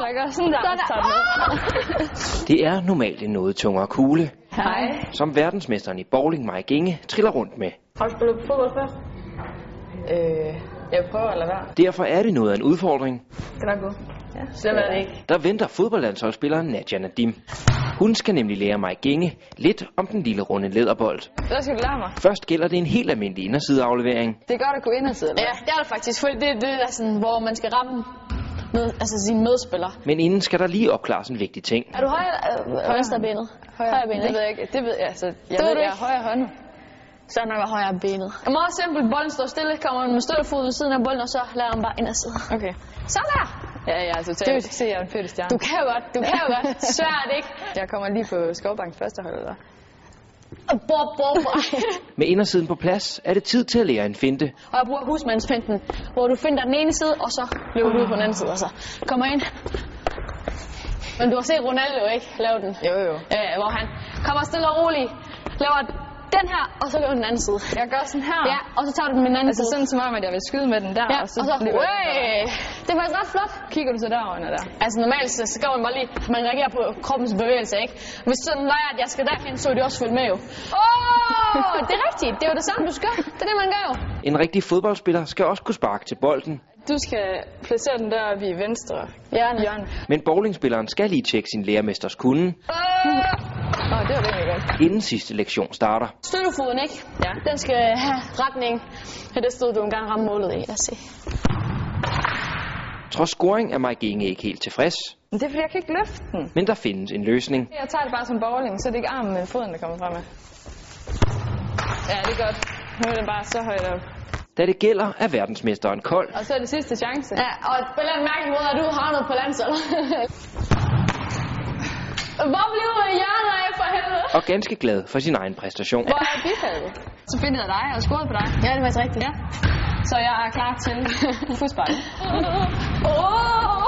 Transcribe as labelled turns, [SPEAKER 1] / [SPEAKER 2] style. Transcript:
[SPEAKER 1] pakker. Sådan der. Sådan der.
[SPEAKER 2] Det er normalt en noget tungere kugle,
[SPEAKER 1] Hej.
[SPEAKER 2] som verdensmesteren i bowling Mike Inge triller rundt med.
[SPEAKER 3] Har du spillet fodbold før? Øh, jeg prøver at lade være.
[SPEAKER 2] Derfor er det noget af en udfordring,
[SPEAKER 3] Skal nok gå. Ja. Selvom man ikke.
[SPEAKER 2] der venter fodboldlandsholdsspilleren Nadia Nadim. Hun skal nemlig lære Mike Inge lidt om den lille runde læderbold.
[SPEAKER 1] Der skal du lære mig.
[SPEAKER 2] Først gælder det en helt almindelig indersideaflevering,
[SPEAKER 1] Det er godt at gå ind og sidde.
[SPEAKER 4] Ja, det er det faktisk. For det, det er sådan, hvor man skal ramme med, altså sine medspillere.
[SPEAKER 2] men inden skal der lige opklares en vigtig ting.
[SPEAKER 4] Er du højre, øh, venstre benet? Højre benet,
[SPEAKER 1] Det ved jeg
[SPEAKER 4] ikke?
[SPEAKER 1] ikke. Det ved jeg. Altså, jeg
[SPEAKER 4] Det ved
[SPEAKER 1] ved,
[SPEAKER 4] du
[SPEAKER 1] jeg er
[SPEAKER 4] ikke.
[SPEAKER 1] højre hånd.
[SPEAKER 4] Så er det nok højre benet. Det er meget simpelt. Bolden står stille, kommer den med støtte fod ved siden af bolden, og så lader den bare ind og sidde.
[SPEAKER 1] Okay.
[SPEAKER 4] Så der!
[SPEAKER 1] Ja, ja,
[SPEAKER 4] Det er
[SPEAKER 1] totalt.
[SPEAKER 4] jo-
[SPEAKER 1] Du se, jeg er en født stjerne.
[SPEAKER 4] Du kan jo godt, du kan jo godt. Svært, ikke?
[SPEAKER 1] Jeg kommer lige på Skovbank første hold, eller?
[SPEAKER 4] Og bor, bor, bor.
[SPEAKER 2] Med indersiden på plads er det tid til at lære en finte.
[SPEAKER 4] Og jeg bruger husmandsfinden, hvor du finder den ene side, og så løber du ud på den anden side, og så kommer ind. Men du har set Ronaldo, ikke? Lave den.
[SPEAKER 1] Jo, jo.
[SPEAKER 4] Øh, hvor han kommer stille og roligt, laver den her, og så løber den anden side.
[SPEAKER 1] Jeg gør sådan her.
[SPEAKER 4] Ja, og så tager du den med den anden
[SPEAKER 1] Altså
[SPEAKER 4] side.
[SPEAKER 1] sådan som om, at jeg vil skyde med den der,
[SPEAKER 4] Ja, og så,
[SPEAKER 1] løber jeg den
[SPEAKER 4] øh, det er faktisk ret flot.
[SPEAKER 1] der. Kigger du så derovre der?
[SPEAKER 4] Altså normalt, så, så går man bare lige, man reagerer på kroppens bevægelse, ikke? Hvis sådan var, at jeg skal derhen, så ville de også følge med jo. Åh, det er rigtigt. Det er jo det samme, du skal. Det er det, man gør jo.
[SPEAKER 2] En rigtig fodboldspiller skal også kunne sparke til bolden,
[SPEAKER 3] Du skal placere den der oppe i venstre
[SPEAKER 4] Hjørne.
[SPEAKER 3] hjørne.
[SPEAKER 2] men bowlingspilleren skal lige tjekke sin lærermesters kunde,
[SPEAKER 4] Øh!
[SPEAKER 1] Åh, oh, det var det, jeg godt.
[SPEAKER 2] inden sidste lektion starter.
[SPEAKER 4] Støttefoden, ikke?
[SPEAKER 1] Ja.
[SPEAKER 4] Den skal have retning. Ja, det stod du engang ramme målet i, jeg se.
[SPEAKER 2] Trods scoring er Mike Inge ikke helt tilfreds,
[SPEAKER 1] Men det er fordi, jeg kan ikke løfte den.
[SPEAKER 2] men der findes en løsning.
[SPEAKER 1] Jeg tager det bare som bowling, så er det ikke armen, men foden, der kommer frem af. Ja, det er godt. Nu er den bare så højt op.
[SPEAKER 2] Da det gælder, er verdensmesteren kold.
[SPEAKER 1] Og så er det sidste chance.
[SPEAKER 4] Ja, og på en eller anden mærkelig måde, at du har noget på landsholdet. Hvor blev hjørnet af for helvede?
[SPEAKER 2] og ganske glad for sin egen præstation.
[SPEAKER 1] Hvor er bifaldet? Så finder jeg dig og scoret på dig.
[SPEAKER 4] Ja, det var rigtigt. Ja.
[SPEAKER 1] Så jeg er klar til fodbold.
[SPEAKER 4] Åh!